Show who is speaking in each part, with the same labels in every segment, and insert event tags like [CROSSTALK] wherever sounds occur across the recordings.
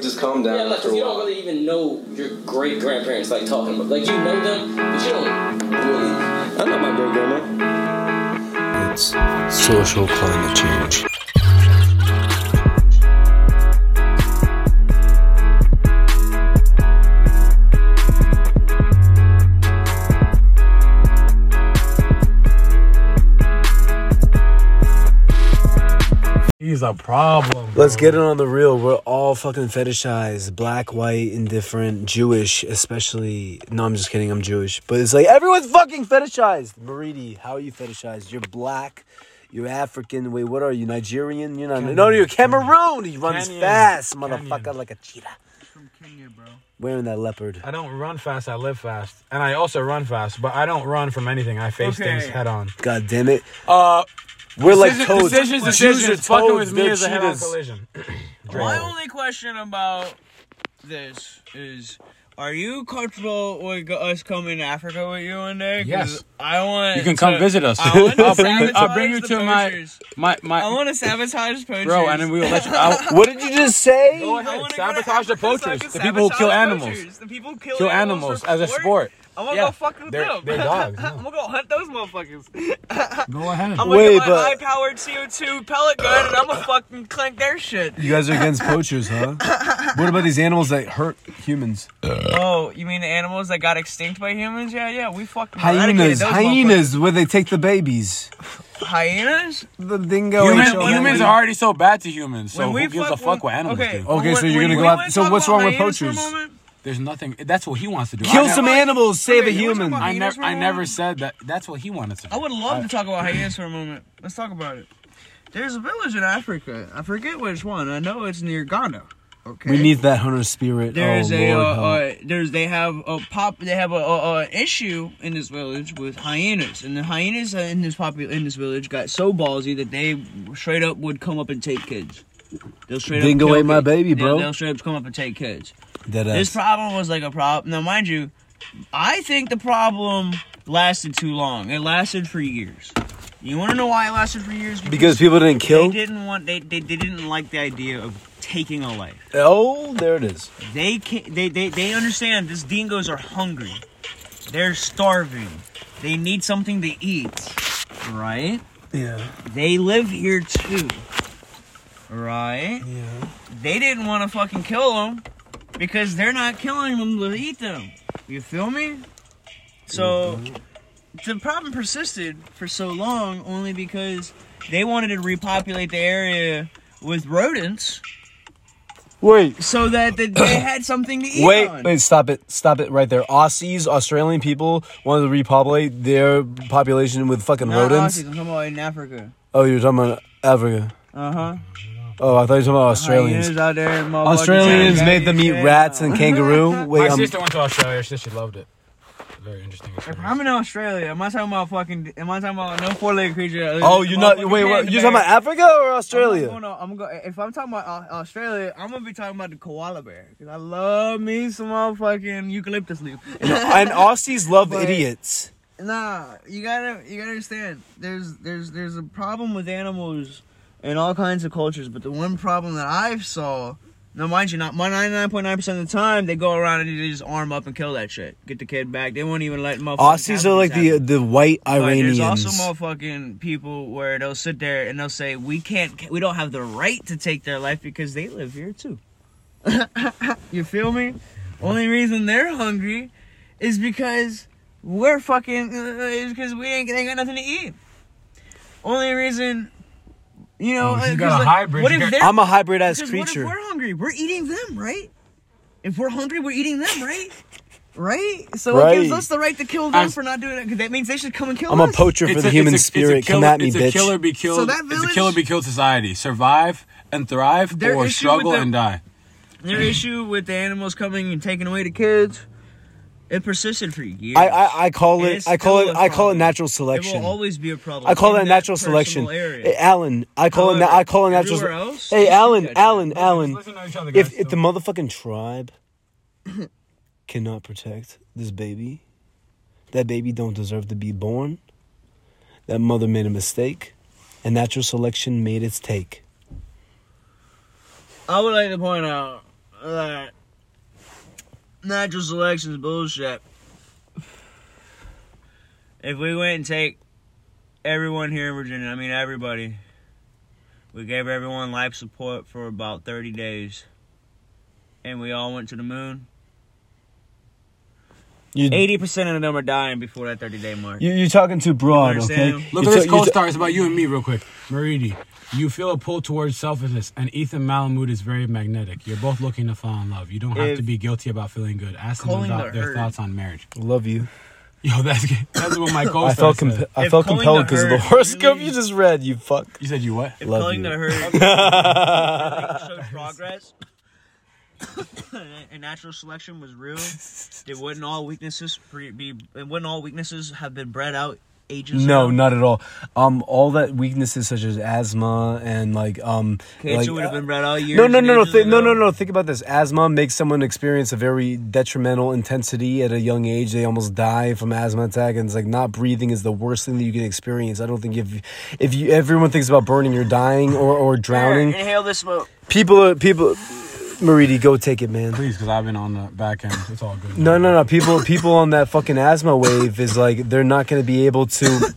Speaker 1: just calm down
Speaker 2: Yeah, like
Speaker 1: after
Speaker 2: 'cause
Speaker 1: a
Speaker 2: you
Speaker 1: while.
Speaker 2: don't really even know your great grandparents like talking about. Like you know them, but you don't really.
Speaker 1: I know my great grandma.
Speaker 3: It's social climate change.
Speaker 4: He's a problem.
Speaker 3: Let's get it on the real. We're all fucking fetishized. Black, white, indifferent, Jewish, especially. No, I'm just kidding. I'm Jewish. But it's like everyone's fucking fetishized. Maridi, how are you fetishized? You're black. You're African. Wait, what are you? Nigerian? You're not. no, you're Cameroon. He runs
Speaker 4: Kenyan.
Speaker 3: fast, motherfucker,
Speaker 4: Kenyan.
Speaker 3: like a cheetah.
Speaker 4: from Kenya, bro.
Speaker 3: Wearing that leopard.
Speaker 4: I don't run fast. I live fast, and I also run fast. But I don't run from anything. I face
Speaker 5: Okay.
Speaker 4: things head on.
Speaker 3: God damn it.
Speaker 4: Uh,
Speaker 3: We're like
Speaker 4: decision-
Speaker 3: toads.
Speaker 4: decisions,
Speaker 3: Jews
Speaker 4: decisions.
Speaker 3: are
Speaker 4: Fucking
Speaker 3: toads.
Speaker 4: with me
Speaker 3: They're
Speaker 4: is a head on
Speaker 3: cheetahs.
Speaker 4: collision.
Speaker 5: My only question about this is. Are you comfortable with go- us coming to Africa with you one day? 'Cause
Speaker 4: Yes.
Speaker 5: I want
Speaker 6: You can come
Speaker 5: to-
Speaker 6: visit us.
Speaker 5: I want
Speaker 6: [LAUGHS]
Speaker 5: to
Speaker 6: I'll bring you. I'll
Speaker 5: sabotage
Speaker 6: bring you
Speaker 5: the
Speaker 6: to my
Speaker 5: poachers.
Speaker 6: my
Speaker 5: I
Speaker 6: my
Speaker 5: want to sabotage poachers.
Speaker 6: bro, and then we will let you.
Speaker 3: [LAUGHS]
Speaker 6: I'll,
Speaker 3: What did you just say?
Speaker 4: Go
Speaker 5: I
Speaker 4: ahead.
Speaker 5: wanna go
Speaker 4: Sabotage
Speaker 5: to
Speaker 4: the
Speaker 5: Africa so I
Speaker 4: poachers.
Speaker 5: can
Speaker 6: the people who
Speaker 5: sabotage
Speaker 6: kill
Speaker 5: the
Speaker 6: animals.
Speaker 5: poachers. The people who kill,
Speaker 6: Kill
Speaker 5: animals,
Speaker 6: animals as a
Speaker 5: for
Speaker 6: sport.
Speaker 5: I'm gonna
Speaker 4: Yeah,
Speaker 5: go fuck with
Speaker 4: they're-
Speaker 5: them.
Speaker 4: they're
Speaker 5: [LAUGHS]
Speaker 4: dogs, yeah.
Speaker 5: I'm gonna go hunt those motherfuckers.
Speaker 4: Go ahead.
Speaker 5: I'm
Speaker 3: Wait,
Speaker 5: gonna get my
Speaker 3: but-
Speaker 5: high-powered CO2 pellet gun, and I'm gonna fucking clank their shit.
Speaker 3: You guys are against poachers, [LAUGHS] huh? What about these animals that hurt humans?
Speaker 5: Oh, you mean the animals that got extinct by humans? Yeah, yeah, we fucking eradicated
Speaker 3: Hyenas,
Speaker 5: those
Speaker 3: hyenas, where they take the babies.
Speaker 5: motherfuckers. Hyenas?
Speaker 3: The dingo.
Speaker 6: Human-
Speaker 3: HOA.
Speaker 6: humans are already so bad to humans. So
Speaker 5: When we
Speaker 6: who gives
Speaker 5: fuck-
Speaker 6: a fuck what
Speaker 5: when-
Speaker 6: animals
Speaker 5: okay.
Speaker 6: do?
Speaker 3: Okay,
Speaker 5: when-
Speaker 3: so you're
Speaker 5: when-
Speaker 3: gonna go
Speaker 5: we
Speaker 3: out-
Speaker 5: wanna
Speaker 3: so
Speaker 5: talk
Speaker 3: what's
Speaker 5: about
Speaker 3: wrong with
Speaker 5: hyenas for a
Speaker 3: poachers?
Speaker 5: moment?
Speaker 6: There's nothing. That's what he wants to do.
Speaker 3: Kill
Speaker 6: I
Speaker 3: some
Speaker 6: never,
Speaker 3: animals, save a
Speaker 5: Okay, you wanna talk
Speaker 3: human.
Speaker 5: about
Speaker 6: I
Speaker 5: hyenas
Speaker 6: never.
Speaker 5: for a
Speaker 6: I never
Speaker 5: moment?
Speaker 6: said that. That's what he wanted to do.
Speaker 5: I would love to talk about hyenas for a moment. Let's talk about it. There's a village in Africa. I forget which one. I know it's near Ghana. Okay.
Speaker 3: We need that hunter spirit.
Speaker 5: There's
Speaker 3: oh,
Speaker 5: a
Speaker 3: Lord,
Speaker 5: uh,
Speaker 3: help.
Speaker 5: uh, there's they have a pop they have a, a, a issue in this village with hyenas and the hyenas in this popu- in this village got so ballsy that they straight up would come up and take kids. They'll straight up
Speaker 3: Dingo
Speaker 5: kill
Speaker 3: ate my
Speaker 5: kids.
Speaker 3: baby,
Speaker 5: They'll-
Speaker 3: bro.
Speaker 5: They'll straight up come up and take kids.
Speaker 3: Dead ass.
Speaker 5: This problem was like a problem. Now, mind you, I think the problem lasted too long. It lasted for years. You want to know why it lasted for years?
Speaker 3: because people didn't
Speaker 5: they
Speaker 3: kill.
Speaker 5: didn't want they, they they didn't like the idea of taking a life.
Speaker 3: Oh, there it is.
Speaker 5: They can they they they understand this dingoes are hungry. They're starving. They need something to eat. Right?
Speaker 3: Yeah,
Speaker 5: They live here too. Right?
Speaker 3: yeah.
Speaker 5: they didn't want to fucking kill them because they're not killing them to eat them. You feel me? So
Speaker 3: Mm-hmm.
Speaker 5: the problem persisted for so long only because they wanted to repopulate the area with rodents
Speaker 3: Wait,
Speaker 5: so that th-
Speaker 3: [COUGHS]
Speaker 5: they had something to eat.
Speaker 3: wait,
Speaker 5: on.
Speaker 3: wait! Stop it! Stop it right there. Aussies, Australian people, wanted to repopulate their population with fucking
Speaker 5: Not
Speaker 3: rodents.
Speaker 5: Aussies, I'm talking about in Africa.
Speaker 3: Oh, you're talking about Africa.
Speaker 5: Uh huh.
Speaker 3: Oh, I thought you were talking about Australians.
Speaker 5: out there, motherfuckers.
Speaker 3: Australians
Speaker 5: Yeah,
Speaker 3: made them eat
Speaker 5: yeah.
Speaker 3: rats and kangaroo. Wait,
Speaker 4: My
Speaker 3: um,
Speaker 4: sister went to Australia. She said she loved it. Very interesting.
Speaker 5: If
Speaker 4: experience.
Speaker 5: I'm in Australia, am I talking about fucking? Am I talking about no four-legged creature?
Speaker 3: oh, you're not.
Speaker 5: Motherfucking
Speaker 3: Wait, what?
Speaker 5: panda
Speaker 3: You're talking
Speaker 5: bear.
Speaker 3: about Africa or
Speaker 5: I'm [LAUGHS]
Speaker 3: Australia?
Speaker 5: gonna, I'm gonna, if I'm talking about Au- Australia, I'm gonna be talking about the koala bear. 'Cause I love me some motherfucking eucalyptus leaf.
Speaker 3: and Aussies love
Speaker 5: But-
Speaker 3: idiots.
Speaker 5: nah, you gotta, you gotta understand. There's, there's, there's a problem with animals in all kinds of cultures, but the one problem that I've saw. Now, mind you, not my 99.9% of the time, they go around and they just arm up and kill that shit. Get the kid back. They won't even let motherfuckers.
Speaker 3: Aussies
Speaker 5: have
Speaker 3: are
Speaker 5: these
Speaker 3: like the
Speaker 5: happen.
Speaker 3: the white
Speaker 5: But
Speaker 3: Iranians.
Speaker 5: there's also motherfucking people where they'll sit there and they'll say, "We can't, we don't have the right to take their life because they live here too." [LAUGHS] you feel me? Only reason they're hungry is because we're fucking, uh, is because we ain't, ain't got nothing to eat. Only reason, you know,
Speaker 4: Oh, if you
Speaker 5: uh,
Speaker 4: got
Speaker 5: 'cause,
Speaker 4: a
Speaker 5: like,
Speaker 4: hybrid,
Speaker 5: What
Speaker 4: you
Speaker 5: if
Speaker 4: got-
Speaker 5: they're
Speaker 3: I'm a hybrid ass
Speaker 5: because
Speaker 3: creature.
Speaker 5: What if we're hungry? We're eating them, right? If we're hungry, we're eating them, right? Right? So it gives
Speaker 3: Right.
Speaker 5: us the right to kill them
Speaker 6: I'm-
Speaker 5: for not doing it. 'cause That means they should come and kill
Speaker 3: I'm
Speaker 5: us.
Speaker 3: a poacher for
Speaker 6: It's
Speaker 3: the
Speaker 6: a-
Speaker 3: human
Speaker 6: it's a- it's a
Speaker 3: spirit. Come
Speaker 6: killer-
Speaker 3: at me,
Speaker 6: it's
Speaker 3: bitch.
Speaker 6: A killer be killed.
Speaker 5: So that
Speaker 6: it's
Speaker 5: village-
Speaker 6: a killer be killed society. Survive and thrive,
Speaker 5: Their
Speaker 6: or
Speaker 5: issue
Speaker 6: struggle
Speaker 5: with the-
Speaker 6: and die.
Speaker 5: Their issue with the animals coming and taking away the kids, it persisted for years.
Speaker 3: I, I I call
Speaker 5: It
Speaker 3: it
Speaker 5: is
Speaker 3: I call
Speaker 5: still
Speaker 3: it
Speaker 5: a
Speaker 3: I call it
Speaker 5: problem.
Speaker 3: natural
Speaker 5: it will
Speaker 3: selection.
Speaker 5: always be a problem.
Speaker 3: I call that
Speaker 5: in
Speaker 3: natural
Speaker 5: personal
Speaker 3: selection.
Speaker 5: Area.
Speaker 3: Hey, Alan, I call it na-
Speaker 5: However,
Speaker 3: I call it natural.
Speaker 5: everywhere else,
Speaker 3: hey,
Speaker 5: you
Speaker 3: Alan,
Speaker 5: should get it.
Speaker 3: Alan, Alan.
Speaker 4: Listen to each other, guys.
Speaker 3: If if the motherfucking tribe cannot protect this baby, that baby don't deserve to be born. That mother made a mistake, and natural selection made its take.
Speaker 5: I would like to point out that natural selection's bullshit. If we went and take everyone here in Virginia, I mean everybody, we gave everyone life support for about 30 days, and we all went to the moon.
Speaker 3: You,
Speaker 5: 80% of them are dying before that 30 day mark.
Speaker 3: you you're talking too broad,
Speaker 5: understand?
Speaker 3: okay?
Speaker 6: Look
Speaker 3: You're
Speaker 6: at this
Speaker 3: ta- you're
Speaker 6: co
Speaker 3: ta-
Speaker 6: star. It's about you and me, real quick. Maridi, you feel a pull towards selfishness, and Ethan Malamud is very magnetic. You're both looking to fall in love. You don't have
Speaker 5: If-
Speaker 6: to be guilty about feeling good. Ask them
Speaker 5: Calling
Speaker 6: about
Speaker 5: the
Speaker 6: their
Speaker 5: herd.
Speaker 6: thoughts on marriage.
Speaker 3: Love you.
Speaker 6: Yo, that's [LAUGHS] that's what
Speaker 3: [LAUGHS]
Speaker 6: my co
Speaker 3: I
Speaker 6: star
Speaker 3: felt
Speaker 6: said.
Speaker 3: comp- I
Speaker 5: If
Speaker 3: felt
Speaker 5: calling
Speaker 3: compelled
Speaker 5: the
Speaker 3: because of the
Speaker 5: herd
Speaker 3: horoscope
Speaker 5: really-
Speaker 3: you just read. You fuck.
Speaker 6: you said you what?
Speaker 5: If
Speaker 3: Love
Speaker 5: calling
Speaker 3: you.
Speaker 5: the
Speaker 3: [LAUGHS]
Speaker 5: herd showed progress and natural selection was real, then wouldn't all weaknesses pre- be? And wouldn't all weaknesses have been bred out ages?
Speaker 3: No,
Speaker 5: ago?
Speaker 3: not at all. Um, all that weaknesses such as asthma and like um,
Speaker 5: Cancer
Speaker 3: like,
Speaker 5: would have
Speaker 3: uh,
Speaker 5: been bred out years.
Speaker 3: No, no,
Speaker 5: and
Speaker 3: no, no,
Speaker 5: ages
Speaker 3: th- no,
Speaker 5: ago.
Speaker 3: no, no. Think about this. Asthma makes someone experience a very detrimental intensity at a young age. They almost die from asthma attack, and it's like not breathing is the worst thing that you can experience. I don't think if if you everyone thinks about burning, you're dying or or
Speaker 5: Here,
Speaker 3: drowning.
Speaker 5: Inhale this smoke.
Speaker 3: People, are, people, Maridi, go take it, man.
Speaker 6: Please, because I've been on the back end. It's all good.
Speaker 3: No, no, no. People, people on that fucking asthma wave is like they're not going to be able to.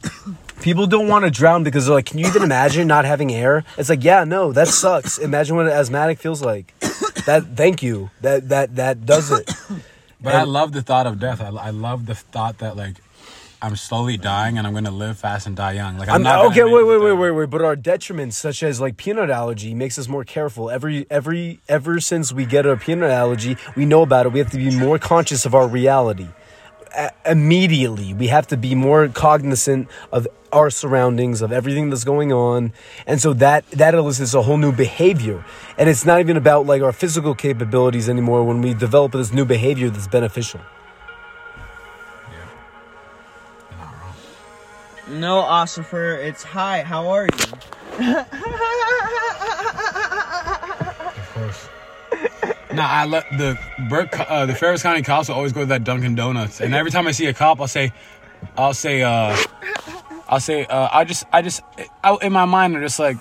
Speaker 3: People don't want to drown because they're like, can you even imagine not having air? It's like, yeah, no, that sucks. Imagine what an asthmatic feels like. That, thank you. That that that does it.
Speaker 6: But I love the thought of death. I, I love the thought that like I'm slowly dying and I'm gonna live fast and die young. Like I'm,
Speaker 3: I'm
Speaker 6: not gonna
Speaker 3: not okay.
Speaker 6: make
Speaker 3: Wait,
Speaker 6: it
Speaker 3: wait, wait,
Speaker 6: there.
Speaker 3: wait, wait. But our detriments, such as like peanut allergy, makes us more careful. Every every ever since we get a peanut allergy, we know about it. We have to be more conscious of our reality. A- immediately, we have to be more cognizant of our surroundings, of everything that's going on, and so that that elicits a whole new behavior. And it's not even about like our physical capabilities anymore. When we develop this new behavior that's beneficial.
Speaker 6: You're not wrong.
Speaker 5: No, Ossifer, it's hi. How are you?
Speaker 6: Of course. Nah, I let the Burke, uh, the Ferris County cops will always go to that Dunkin' Donuts, and every time I see a cop, I'll say, I'll say, uh, I'll say, uh, I just, I just, I, in my mind, I'm just like,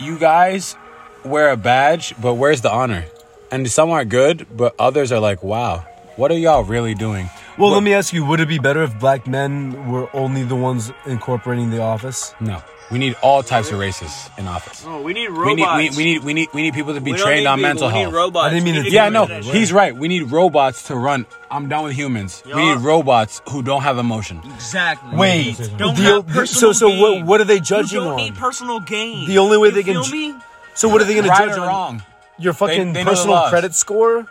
Speaker 6: you guys wear a badge, but where's the honor? And some are good, but others are like, wow, what are y'all really doing?
Speaker 3: Well, let me ask you: Would it be better if black men were only the ones incorporating the office?
Speaker 6: No, we need all types of races in office.
Speaker 5: Oh, we need
Speaker 6: We need,
Speaker 5: robots.
Speaker 6: we, we need, we need, we need people to be
Speaker 5: We don't
Speaker 6: trained
Speaker 5: need
Speaker 6: on
Speaker 5: people,
Speaker 6: mental
Speaker 5: we
Speaker 6: health.
Speaker 5: Need robots.
Speaker 3: I didn't mean
Speaker 5: We
Speaker 3: to-
Speaker 5: need
Speaker 6: Yeah,
Speaker 5: get
Speaker 6: no,
Speaker 5: rid of that
Speaker 6: he's right. We need robots to run. I'm done with humans. We
Speaker 5: Yeah.
Speaker 6: need robots who don't have emotion.
Speaker 5: shit. Exactly.
Speaker 3: Wait,
Speaker 5: Don't
Speaker 3: the-
Speaker 5: have
Speaker 3: the- so
Speaker 5: personal
Speaker 3: so what
Speaker 5: gain.
Speaker 3: what are they
Speaker 5: You
Speaker 3: judging
Speaker 5: don't
Speaker 3: on?
Speaker 5: need personal gain.
Speaker 3: The only way
Speaker 5: You
Speaker 3: they can
Speaker 5: feel
Speaker 3: ju-
Speaker 5: me?
Speaker 3: so what are they going to
Speaker 6: Right
Speaker 3: judge
Speaker 6: or
Speaker 3: on?
Speaker 6: wrong?
Speaker 3: Your fucking
Speaker 6: they know the
Speaker 3: personal
Speaker 6: laws.
Speaker 3: credit score?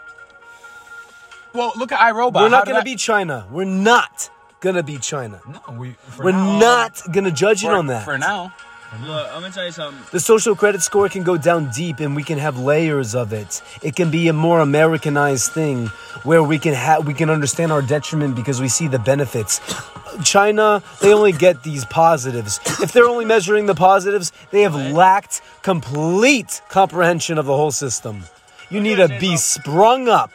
Speaker 6: Well, look at iRobot.
Speaker 3: We're
Speaker 6: How
Speaker 3: not
Speaker 6: did
Speaker 3: going to
Speaker 6: I-
Speaker 3: be China. We're not going to be China.
Speaker 6: No, we. For
Speaker 3: We're
Speaker 6: now,
Speaker 3: not going to judge it
Speaker 6: for,
Speaker 3: on that.
Speaker 6: for now.
Speaker 5: Look, I'm gonna tell you something.
Speaker 3: The social credit score can go down deep and we can have layers of it. It can be a more Americanized thing where we can ha- we can understand our detriment because we see the benefits. China, they only get these positives. If they're only measuring the positives, they have lacked complete comprehension of the whole system. You need to be sprung up.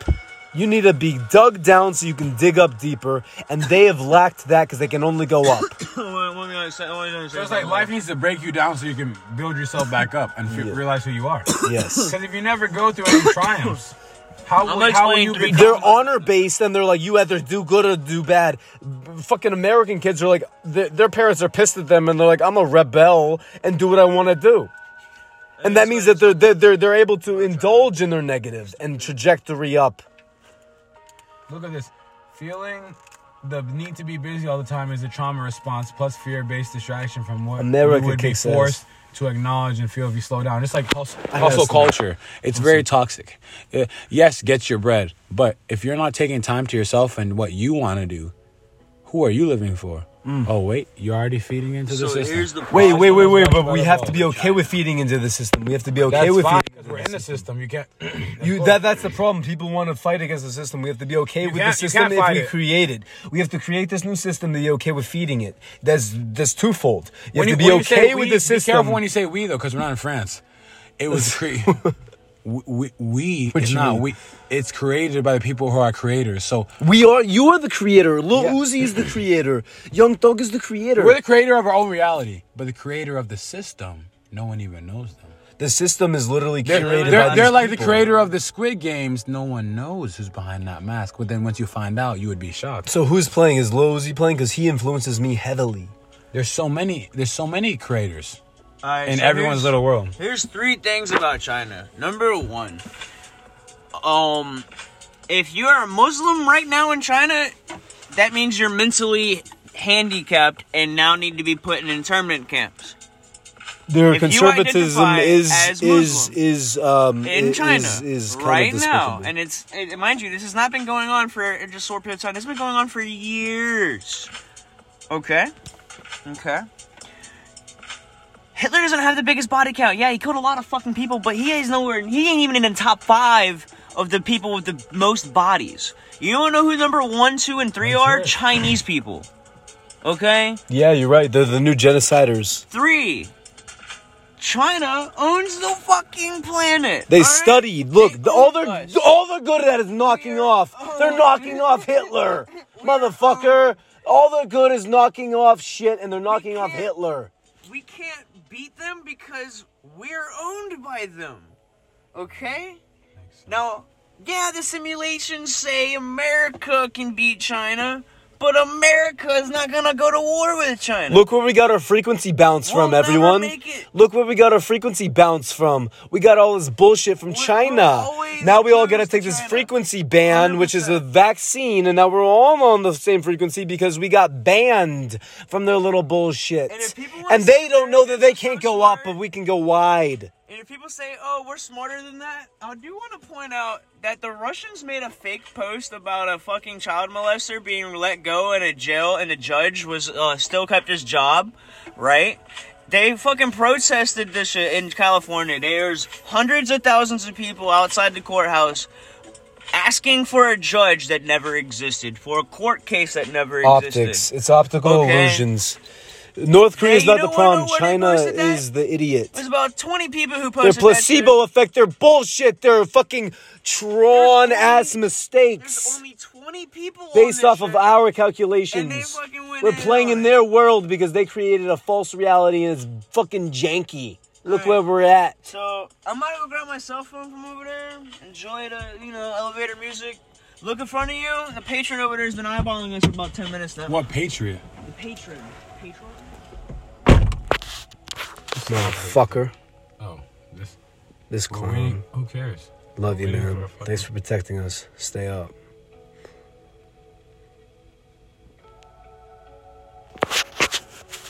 Speaker 3: You need to be dug down so you can dig up deeper, and they have lacked that because they can only go up.
Speaker 5: [LAUGHS] Let- let me understand- let me understand
Speaker 6: Just like
Speaker 5: something.
Speaker 6: life needs to break you down so you can build yourself back up and fe- realize who you are.
Speaker 3: Yes.
Speaker 6: Because if you never go through any triumphs, how
Speaker 5: I'm
Speaker 6: will, how will
Speaker 5: explaining
Speaker 6: you
Speaker 5: three
Speaker 6: become?
Speaker 3: they're honor based and they're like you either do good or do bad B- fucking american kids are like their their parents are pissed at them and they're like i'm a rebel and do what i want to do and that means that they're, they're they're they're able to indulge in their negatives and trajectory up
Speaker 6: Look at this. Feeling the need to be busy all the time is a trauma response plus fear-based distraction from what
Speaker 3: America
Speaker 6: you would be
Speaker 3: kicks ass.
Speaker 6: forced to acknowledge and feel if you slow down. It's like hustle,
Speaker 3: gotta
Speaker 6: hustle
Speaker 3: slow
Speaker 6: culture. It's very toxic. Uh, yes, get your bread, but if you're not taking time to yourself and what you want to do, who are you living for? Oh wait, you're already feeding into
Speaker 5: So
Speaker 6: the system.
Speaker 5: here's the
Speaker 3: Mm. wait
Speaker 5: problem.
Speaker 3: wait wait wait
Speaker 6: much
Speaker 3: but we
Speaker 6: better
Speaker 3: have to
Speaker 6: than
Speaker 3: be okay with feeding into the system we have to be okay
Speaker 6: That's
Speaker 3: with
Speaker 6: fine
Speaker 3: feeding
Speaker 6: because we're in the system. You can't.
Speaker 3: You, that, that's the problem. People want to fight against the system. We have to be okay with the
Speaker 6: can't- you
Speaker 3: system
Speaker 6: can't
Speaker 3: if
Speaker 6: fight
Speaker 3: we
Speaker 6: it.
Speaker 3: create it. We have to create this new system to be okay with feeding it. That's that's twofold. You have
Speaker 6: When
Speaker 3: to
Speaker 6: you-
Speaker 3: be
Speaker 6: when you say
Speaker 3: okay with
Speaker 6: we,
Speaker 3: the system.
Speaker 6: Be careful when you say we though, because we're not in France. It was
Speaker 3: [LAUGHS]
Speaker 6: created. we we
Speaker 3: What
Speaker 6: it's
Speaker 3: you
Speaker 6: not
Speaker 3: mean?
Speaker 6: we. It's created by the people who are creators. So
Speaker 3: We are. You are the creator. Lil
Speaker 6: Yeah.
Speaker 3: Uzi is [CLEARS THROAT] the creator. Young Thug is the creator.
Speaker 6: we're the creator of our own reality, but the creator of the system, no one even knows them.
Speaker 3: The system is literally curated
Speaker 6: They're,
Speaker 3: by
Speaker 6: they're,
Speaker 3: these
Speaker 6: they're like the
Speaker 3: people.
Speaker 6: creator of the Squid Games. No one knows who's behind that mask. But then once you find out, you would be shocked.
Speaker 3: So who's playing? Is Lil Uzi playing? Because he influences me heavily.
Speaker 6: There's so many. There's so many creators
Speaker 5: All right,
Speaker 6: in
Speaker 5: so
Speaker 6: everyone's
Speaker 5: here's-
Speaker 6: little world.
Speaker 5: Here's three things about China. Number one, um, if you are a Muslim right now in China, that means you're mentally handicapped and now need to be put in internment camps.
Speaker 3: Their
Speaker 5: If you
Speaker 3: conservatism
Speaker 5: identify
Speaker 3: is is
Speaker 5: as Muslim
Speaker 3: is um
Speaker 5: in
Speaker 3: is-
Speaker 5: China
Speaker 3: is, is kind
Speaker 5: right
Speaker 3: of
Speaker 5: now,
Speaker 3: despicable.
Speaker 5: and it's and mind you, this has not been going on for just a short period of time. This has been going on for years. Okay, okay. Hitler doesn't have the biggest body count. Yeah, he killed a lot of fucking people, but he is nowhere. He ain't even in the top five of the people with the most bodies. You don't know who number one, two, and three are? Chinese people. Okay.
Speaker 3: yeah, you're right. They're the new genociders.
Speaker 5: Three. China owns the fucking planet.
Speaker 3: They
Speaker 5: all right?
Speaker 3: studied. Look,
Speaker 5: They Oh,
Speaker 3: the, all
Speaker 5: own
Speaker 3: the
Speaker 5: us.
Speaker 3: all the good that is knocking off. They're knocking off Hitler, motherfucker. All the good is knocking off shit, and they're knocking off
Speaker 5: can't-
Speaker 3: Hitler.
Speaker 5: we can't beat them because we're owned by them. Okay? Now, yeah, the simulations say America can beat China, but America is not gonna go to war with China.
Speaker 3: Look where we got our frequency bounce
Speaker 5: We'll
Speaker 3: from,
Speaker 5: never
Speaker 3: everyone.
Speaker 5: make it.
Speaker 3: Look where we got our frequency bounce from. We got all this bullshit from
Speaker 5: We're-
Speaker 3: China.
Speaker 5: we're always
Speaker 3: now we all
Speaker 5: close
Speaker 3: gotta
Speaker 5: to
Speaker 3: take this
Speaker 5: China.
Speaker 3: frequency ban, which is a
Speaker 5: 100%.
Speaker 3: vaccine, and now we're all on the same frequency because we got banned from their little bullshit.
Speaker 5: And if people wanna
Speaker 3: And they
Speaker 5: sit
Speaker 3: don't
Speaker 5: there
Speaker 3: know
Speaker 5: and
Speaker 3: that
Speaker 5: they're
Speaker 3: they can't
Speaker 5: so
Speaker 3: go up,
Speaker 5: smart-
Speaker 3: but we can go wide.
Speaker 5: And if people say, oh, we're smarter than that, I do want to point out that the Russians made a fake post about a fucking child molester being let go in a jail and the judge was uh, still kept his job, right? They fucking protested this shit in California. There's hundreds of thousands of people outside the courthouse asking for a judge that never existed, for a court case that never existed.
Speaker 3: Optics. It's optical
Speaker 5: Okay.
Speaker 3: illusions. North Korea is
Speaker 5: you
Speaker 3: not the
Speaker 5: don't wanna
Speaker 3: problem.
Speaker 5: know what it
Speaker 3: China
Speaker 5: was to that?
Speaker 3: is the idiot.
Speaker 5: There's about 20 people
Speaker 3: Their
Speaker 5: who posted that shit.
Speaker 3: placebo effect, their bullshit, their fucking
Speaker 5: There's
Speaker 3: tron
Speaker 5: only-
Speaker 3: ass
Speaker 5: There's
Speaker 3: mistakes
Speaker 5: only 20 people on
Speaker 3: based
Speaker 5: this
Speaker 3: off of
Speaker 5: shit.
Speaker 3: our
Speaker 5: And they
Speaker 3: calculations.
Speaker 5: fucking went
Speaker 3: We're
Speaker 5: in
Speaker 3: playing
Speaker 5: on
Speaker 3: in
Speaker 5: it.
Speaker 3: their world because they created a false reality and it's fucking janky. Look
Speaker 5: Right.
Speaker 3: where we're at.
Speaker 5: So I'm gonna go grab my cell phone from over there. Enjoy the you know elevator music. Look in front of you. The patron over there has been eyeballing us for about ten minutes now.
Speaker 6: What patriot?
Speaker 5: The patron. Patron.
Speaker 3: Fucker.
Speaker 6: Oh, this.
Speaker 3: This
Speaker 6: we're waiting. Who cares?
Speaker 3: Love you,
Speaker 6: Waiting
Speaker 3: man.
Speaker 6: for a fucking-
Speaker 3: Thanks for protecting us. Stay up.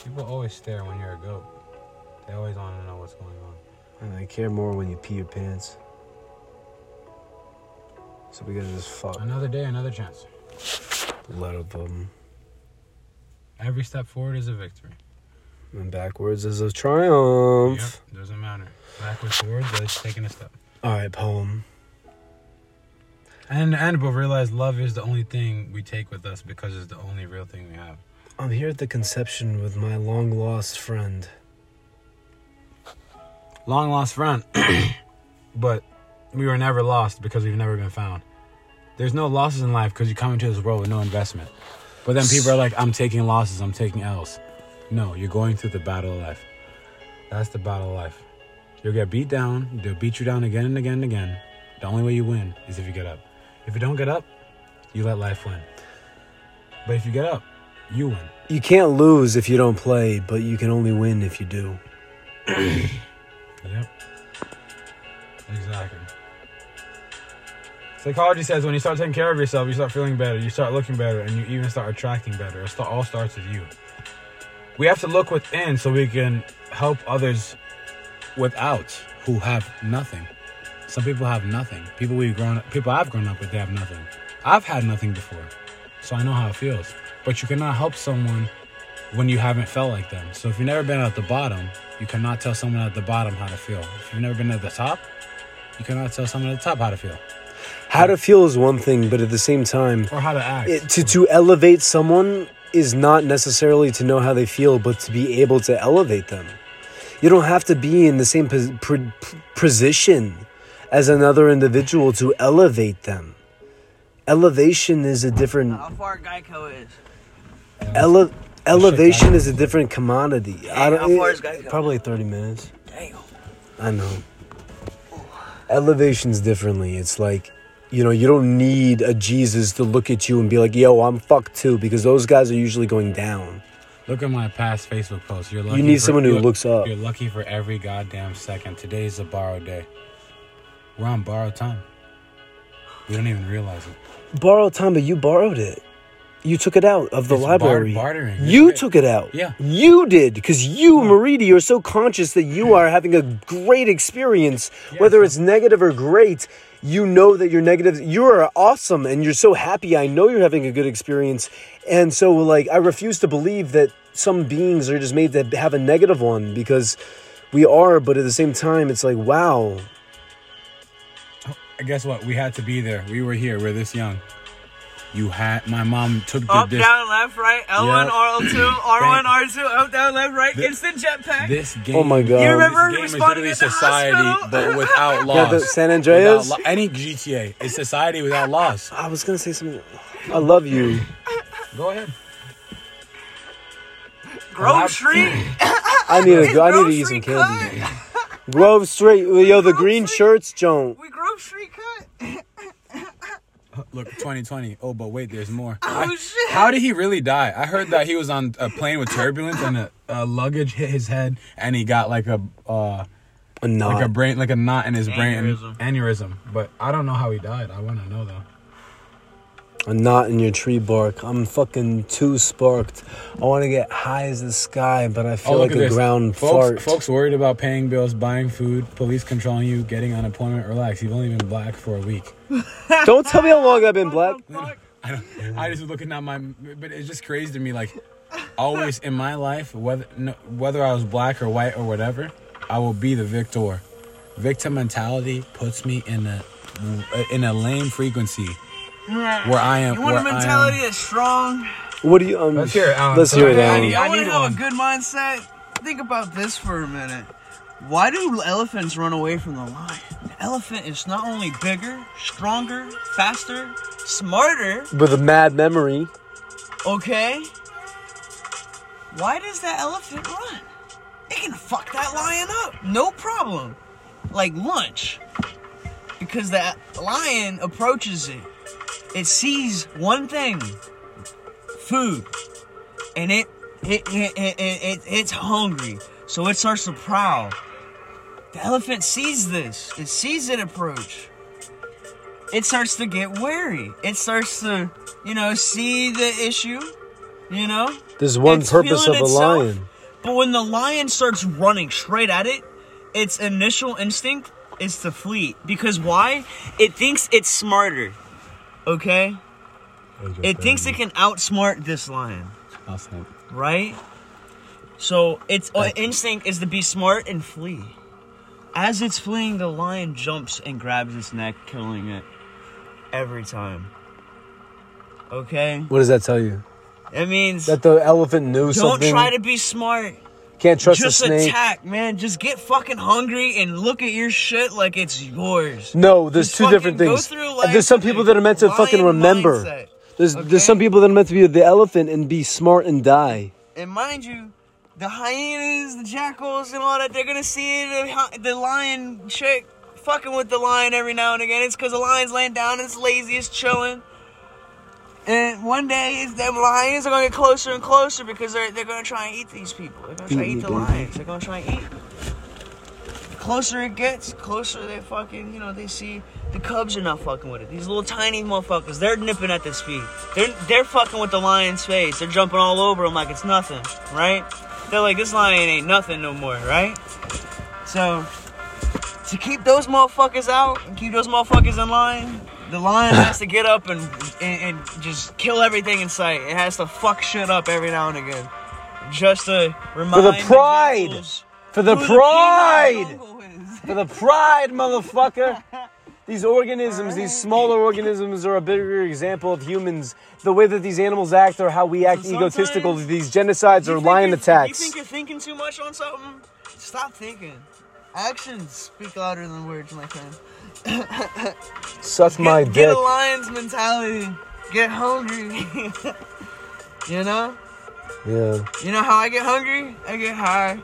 Speaker 6: People always stare when you're a goat. They always want to know what's going on.
Speaker 3: And I care more when you pee your pants. So we gotta just fuck.
Speaker 6: Another day, another chance.
Speaker 3: A lot of them.
Speaker 6: Every step forward is a victory.
Speaker 3: And backwards is a triumph.
Speaker 6: Yep, doesn't matter. Backwards, forwards, they're just taking a step.
Speaker 3: Alright, poem.
Speaker 6: And and but realize love is the only thing we take with us because it's the only real thing we have.
Speaker 3: I'm here at the conception with my long lost friend.
Speaker 6: Long lost friend, [CLEARS THROAT] but we were never lost because we've never been found. There's no losses in life because you come into this world with no investment. But then people are like, I'm taking losses, I'm taking L's. No, you're going through the battle of life. That's the battle of life. You'll get beat down, they'll beat you down again and again and again. The only way you win is if you get up. If you don't get up, you let life win. But if you get up, you win.
Speaker 3: You can't lose if you don't play, but you can only win if you do.
Speaker 6: Yep. Exactly. Psychology says when you start taking care of yourself, you start feeling better, you start looking better, and you even start attracting better. It sta- all starts with you. We have to look within so we can help others without who have nothing. Some people have nothing. People we've grown up, people I've grown up with, they have nothing. I've had nothing before, so I know how it feels. But you cannot help someone when you haven't felt like them. So if you've never been at the bottom, you cannot tell someone at the bottom how to feel. If you've never been at the top, you cannot tell someone at the top how to feel
Speaker 3: How to feel is one thing, but at the same time,
Speaker 6: or how to act.
Speaker 3: it, to, to elevate someone is not necessarily to know how they feel, but to be able to elevate them. You don't have to be in the same pos- pr- pr- position as another individual to elevate them. Elevation is a different
Speaker 5: How far Geico is?
Speaker 3: Ele- elevation is a different commodity. I
Speaker 5: how far is
Speaker 3: don't,
Speaker 5: Geico?
Speaker 3: probably 30 minutes.
Speaker 5: Damn.
Speaker 3: I know. Elevation's differently. It's like, you know, you don't need a Jesus to look at you and be like, yo, I'm fucked too, because those guys are usually going down.
Speaker 6: Look at my past Facebook posts. You're lucky
Speaker 3: need
Speaker 6: for-
Speaker 3: someone who
Speaker 6: you're-
Speaker 3: looks up.
Speaker 6: You're lucky for every goddamn second. Today's a borrowed day. We're on borrowed time. We don't even realize it.
Speaker 3: Borrowed time, but you borrowed it. You took it out of the
Speaker 6: It's bar-
Speaker 3: library.
Speaker 6: bartering. It's
Speaker 3: You
Speaker 6: great.
Speaker 3: took it out.
Speaker 6: Yeah. Hmm.
Speaker 3: You did, because you, Maridi, are so conscious that you are having a great experience, whether it's negative or great. You know that you're negative. You are awesome, and you're so happy. I know you're having a good experience, and so like I refuse to believe that some beings are just made to have a negative one because we are. But at the same time, it's like wow,
Speaker 6: And guess what? We had to be there. We were here. We're this young. You had my mom took the
Speaker 5: Up,
Speaker 6: dis-
Speaker 5: down, left, right, L1,
Speaker 6: [CLEARS THROAT]
Speaker 5: RL2, R1, R2, up, down, left, right, instant jetpack.
Speaker 6: this game.
Speaker 3: oh my god.
Speaker 5: You remember
Speaker 6: This game is
Speaker 5: responding
Speaker 6: literally
Speaker 5: at the
Speaker 6: society,
Speaker 5: hospital?
Speaker 6: but
Speaker 5: [LAUGHS]
Speaker 6: without laws.
Speaker 3: Yeah, the San Andreas.
Speaker 6: Without lo- any GTA is society without laws.
Speaker 3: I was gonna say something. I love you.
Speaker 6: Go ahead.
Speaker 5: Grocery.
Speaker 3: I need to
Speaker 5: It's
Speaker 3: go. I need to eat some
Speaker 5: grocery
Speaker 3: candy. Grove Street, yo, the green shirts, don't.
Speaker 5: We grocery cut.
Speaker 6: Look, 2020. Oh, but wait, there's more.
Speaker 5: Oh, shit.
Speaker 6: How did he really die? I heard that he was on a plane with turbulence and a, a luggage hit his head and he got like a uh,
Speaker 3: A
Speaker 6: like a
Speaker 3: knot.
Speaker 6: brain like a knot in his
Speaker 5: Aneurysm.
Speaker 6: brain aneurysm. But I don't know how he died. I want to know though.
Speaker 3: A knot in your tree bark. I'm fucking too sparked. I want to get high as the sky, but I feel
Speaker 6: Oh, look
Speaker 3: like
Speaker 6: at
Speaker 3: a
Speaker 6: this.
Speaker 3: ground
Speaker 6: folks,
Speaker 3: fart.
Speaker 6: Folks worried about paying bills, buying food, police controlling you, getting unemployment. Relax. You've only been black for a week.
Speaker 3: Don't tell me how long I've been black.
Speaker 6: I don't. I just was looking at my, but it's just crazy to me. Like, always in my life, whether no, whether I was black or white or whatever, I will be the victor. Victim mentality puts me in a in a lame frequency where I am.
Speaker 5: You want
Speaker 6: where
Speaker 5: a
Speaker 6: I am-
Speaker 5: mentality that's strong.
Speaker 3: What do you? Um,
Speaker 4: Let's hear it, Alan.
Speaker 3: Let's hear it,
Speaker 6: I
Speaker 3: Alan.
Speaker 6: need-
Speaker 5: You want
Speaker 6: need
Speaker 5: to have
Speaker 6: one.
Speaker 5: a good mindset. Think about this for a minute. Why do elephants run away from the lion? The elephant is not only bigger, stronger, faster, smarter.
Speaker 3: With a mad memory.
Speaker 5: Okay. Why does that elephant run? It can fuck that lion up, no problem. Like lunch. Because that lion approaches it. It sees one thing food. And it, it, it, it, it- it- it's hungry. So it starts to prowl. The elephant sees this, it sees it approach it starts to get wary. It starts to, you know, see the issue, you know?
Speaker 3: There's one
Speaker 5: It's
Speaker 3: purpose of
Speaker 5: feeling
Speaker 3: a
Speaker 5: itself,
Speaker 3: lion.
Speaker 5: But when the lion starts running straight at it, its initial instinct is to flee. Because why? It thinks it's smarter, okay? It thinks
Speaker 3: Mm.
Speaker 5: it can outsmart this lion,
Speaker 6: I'll say it.
Speaker 5: right? So its uh, instinct is to be smart and flee. As it's fleeing, the lion jumps and grabs its neck, killing it every time. Okay?
Speaker 3: What does that tell you?
Speaker 5: It means
Speaker 3: That the elephant knew
Speaker 5: don't
Speaker 3: something.
Speaker 5: try to be smart.
Speaker 3: Can't trust
Speaker 5: Just
Speaker 3: a snake.
Speaker 5: attack, man. Just get fucking hungry and look at your shit like it's yours.
Speaker 3: No, there's
Speaker 5: Just
Speaker 3: two different
Speaker 5: fucking go
Speaker 3: things.
Speaker 5: through life
Speaker 3: There's some
Speaker 5: with a
Speaker 3: people that are meant to fucking
Speaker 5: lion
Speaker 3: remember.
Speaker 5: mindset.
Speaker 3: There's
Speaker 5: okay?
Speaker 3: there's some people that are meant to be the elephant and be smart and die.
Speaker 5: And mind you, the hyenas, the jackals, and all that, they're gonna see the, hy- the lion chick fucking with the lion every now and again. It's because the lion's laying down, it's lazy, it's chilling. And one day, it's- them lions are gonna get closer and closer because they're, they're gonna try and eat these people. They're gonna try and eat the lions. They're gonna try and eat. Closer it gets, closer they fucking, you know, they see the cubs are not fucking with it. These little tiny motherfuckers, they're nipping at this feet. They're they're fucking with the lion's face. They're jumping all over him like it's nothing, right? They're like, this lion ain't nothing no more, right? So, to keep those motherfuckers out and keep those motherfuckers in line, the lion has to get up and, and and just kill everything in sight. It has to fuck shit up every now and again, just to remind
Speaker 3: pride!
Speaker 5: jackals
Speaker 3: For the
Speaker 5: who the king of
Speaker 3: pride!
Speaker 5: jungle is.
Speaker 3: For the pride, motherfucker! These organisms, these smaller organisms, are a bigger example of humans. The way that these animals act or how we act
Speaker 5: sometimes
Speaker 3: egotistical, these genocides
Speaker 5: You
Speaker 3: or
Speaker 5: think
Speaker 3: lion
Speaker 5: you're- You
Speaker 3: attacks.
Speaker 5: think you're thinking too much on something? Stop thinking. Actions speak louder than words, my friend.
Speaker 3: Suck
Speaker 5: Get,
Speaker 3: my
Speaker 5: get
Speaker 3: dick.
Speaker 5: a lion's mentality. Get hungry. [LAUGHS] you know?
Speaker 3: Yeah.
Speaker 5: You know how I get hungry? I get high.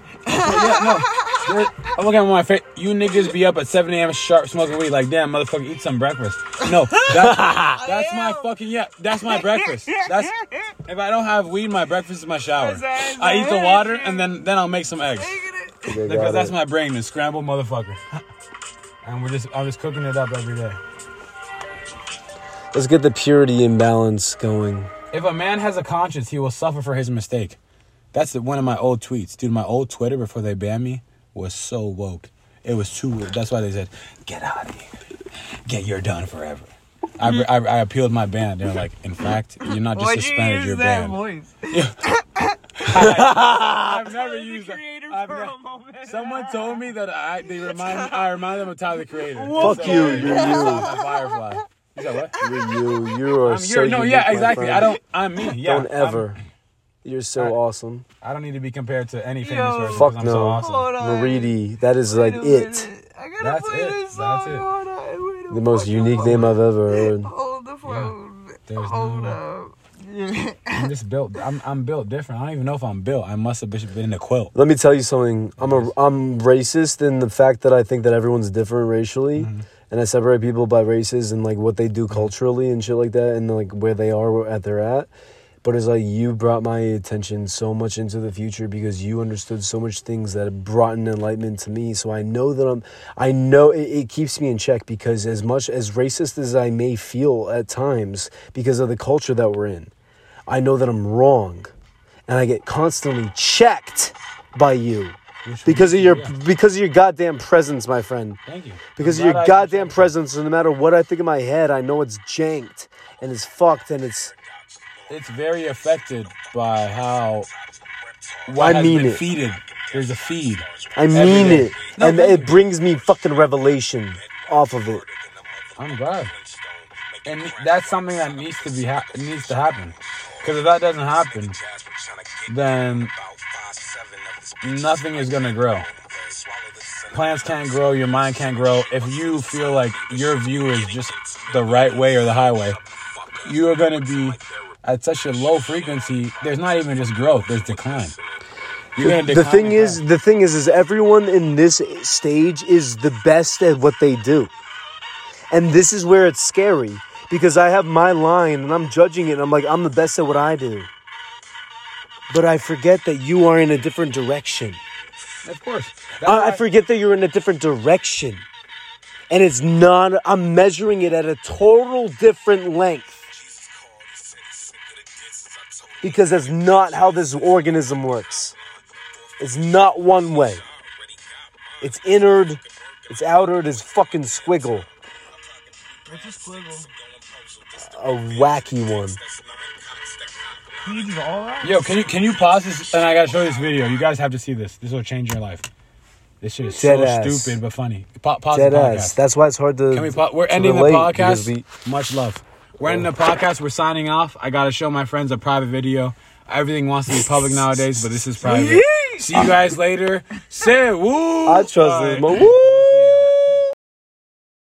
Speaker 6: I'm looking at my face. You niggas be up at 7 a.m. sharp smoking weed. Like, damn, motherfucker, eat some breakfast. No, that's, that's my fucking yeah. That's my breakfast. That's if I don't have weed, my breakfast is my shower. I eat the water and then then I'll make some eggs
Speaker 3: They got
Speaker 6: because that's
Speaker 3: it.
Speaker 6: my brain is scrambled motherfucker. [LAUGHS] And we're just I'm just cooking it up every day.
Speaker 3: Let's get the purity and balance going.
Speaker 6: If a man has a conscience, he will suffer for his mistake. That's the, one of my old tweets, dude. My old Twitter before they banned me was so woke. It was too woke. That's why they said, "Get out of here. Get your done forever." I, I, I appealed my ban. They're like, "In fact, you're not just
Speaker 5: Why'd you
Speaker 6: suspended.
Speaker 5: use
Speaker 6: You're
Speaker 5: that
Speaker 6: banned."
Speaker 5: voice?
Speaker 6: I've never used that.
Speaker 5: creator
Speaker 6: I've
Speaker 5: for a
Speaker 6: ne-
Speaker 5: moment.
Speaker 6: Someone told me that I they remind I remind them of Tyler the Creator.
Speaker 3: Fuck you, you, you,
Speaker 6: A firefly. You said what?
Speaker 3: you, you. You are
Speaker 6: I'm
Speaker 3: so
Speaker 6: here. No,
Speaker 3: unique,
Speaker 6: yeah,
Speaker 3: my
Speaker 6: exactly.
Speaker 3: friend.
Speaker 6: I don't. I'm me. Yeah.
Speaker 3: Don't
Speaker 6: I'm-
Speaker 3: ever. You're so awesome,
Speaker 6: I don't need to be compared to any famous
Speaker 5: Yo.
Speaker 6: person. 'cause
Speaker 3: Fuck
Speaker 6: I'm
Speaker 3: no.
Speaker 6: so awesome.
Speaker 5: Hold on.
Speaker 3: Maridi. That is like
Speaker 5: Wait a
Speaker 3: it.
Speaker 5: minute. I gotta
Speaker 6: That's
Speaker 5: play
Speaker 6: it.
Speaker 5: this song.
Speaker 6: That's it.
Speaker 5: Hold on. Wait a
Speaker 3: The most
Speaker 5: fucking
Speaker 3: unique
Speaker 5: moment.
Speaker 3: name I've ever heard.
Speaker 5: Hold the phone.
Speaker 6: There's
Speaker 5: Hold
Speaker 6: no-
Speaker 5: up.
Speaker 6: I'm just built. I'm, I'm built different. I don't even know if I'm built. I must have been in a quilt.
Speaker 3: Let me tell you something. I'm a I'm racist in the fact that I think that everyone's different racially, and I separate people by races and like what they do culturally and shit like that, and like where they are where- at they're at. But it's like you brought my attention so much into the future because you understood so much things that brought an enlightenment to me. So I know that I'm, I know it, it keeps me in check because as much as racist as I may feel at times because of the culture that we're in, I know that I'm wrong, and I get constantly checked by you because of your because of your goddamn presence, my friend.
Speaker 6: Thank you.
Speaker 3: Because of
Speaker 6: I'm
Speaker 3: your
Speaker 6: glad I
Speaker 3: goddamn presence, and no matter what I think in my head, I know it's janked and it's fucked and it's
Speaker 6: It's very affected by how.
Speaker 3: I
Speaker 6: What has
Speaker 3: mean
Speaker 6: been
Speaker 3: it.
Speaker 6: feeded. There's a feed.
Speaker 3: I mean
Speaker 6: Every day.
Speaker 3: it, and it brings me fucking revelation off of it.
Speaker 6: I'm glad. And that's something that needs to be ha- needs to happen. Because if that doesn't happen, then nothing is gonna grow. Plants can't grow. Your mind can't grow. If you feel like your view is just the right way or the highway, you are gonna be at such a low frequency. There's not even just growth. There's decline. You're gonna
Speaker 3: The
Speaker 6: decline
Speaker 3: thing
Speaker 6: and
Speaker 3: is,
Speaker 6: die.
Speaker 3: the thing is, is everyone in this stage is the best at what they do, and this is where it's scary because I have my line and I'm judging it. And I'm like, I'm the best at what I do, but I forget that you are in a different direction.
Speaker 6: of course. That's
Speaker 3: I, I
Speaker 6: why-
Speaker 3: forget that you're in a different direction. And it's not, I'm measuring it at a total different length. Because that's not how this organism works. It's not one way. It's innard, it's outered, it's fucking squiggle.
Speaker 5: What's a squiggle?
Speaker 3: A wacky one.
Speaker 5: Can you do all that?
Speaker 6: Yo, can you can you pause this? And I gotta show you this video. You guys have to see this. This will change your life. This shit is so
Speaker 3: Dead ass.
Speaker 6: stupid but funny. Pa- pause
Speaker 3: Dead
Speaker 6: the podcast.
Speaker 3: ass. That's why it's hard to.
Speaker 6: Can we pa- we're
Speaker 3: to
Speaker 6: ending the
Speaker 3: relate
Speaker 6: podcast.
Speaker 3: because we-
Speaker 6: Much love. We're ending the podcast. We're signing off. I gotta show my friends a private video. Everything wants to be public nowadays, but this is private. See you guys later. Say woo.
Speaker 3: I trust
Speaker 6: Bye.
Speaker 3: this. mo- Woo!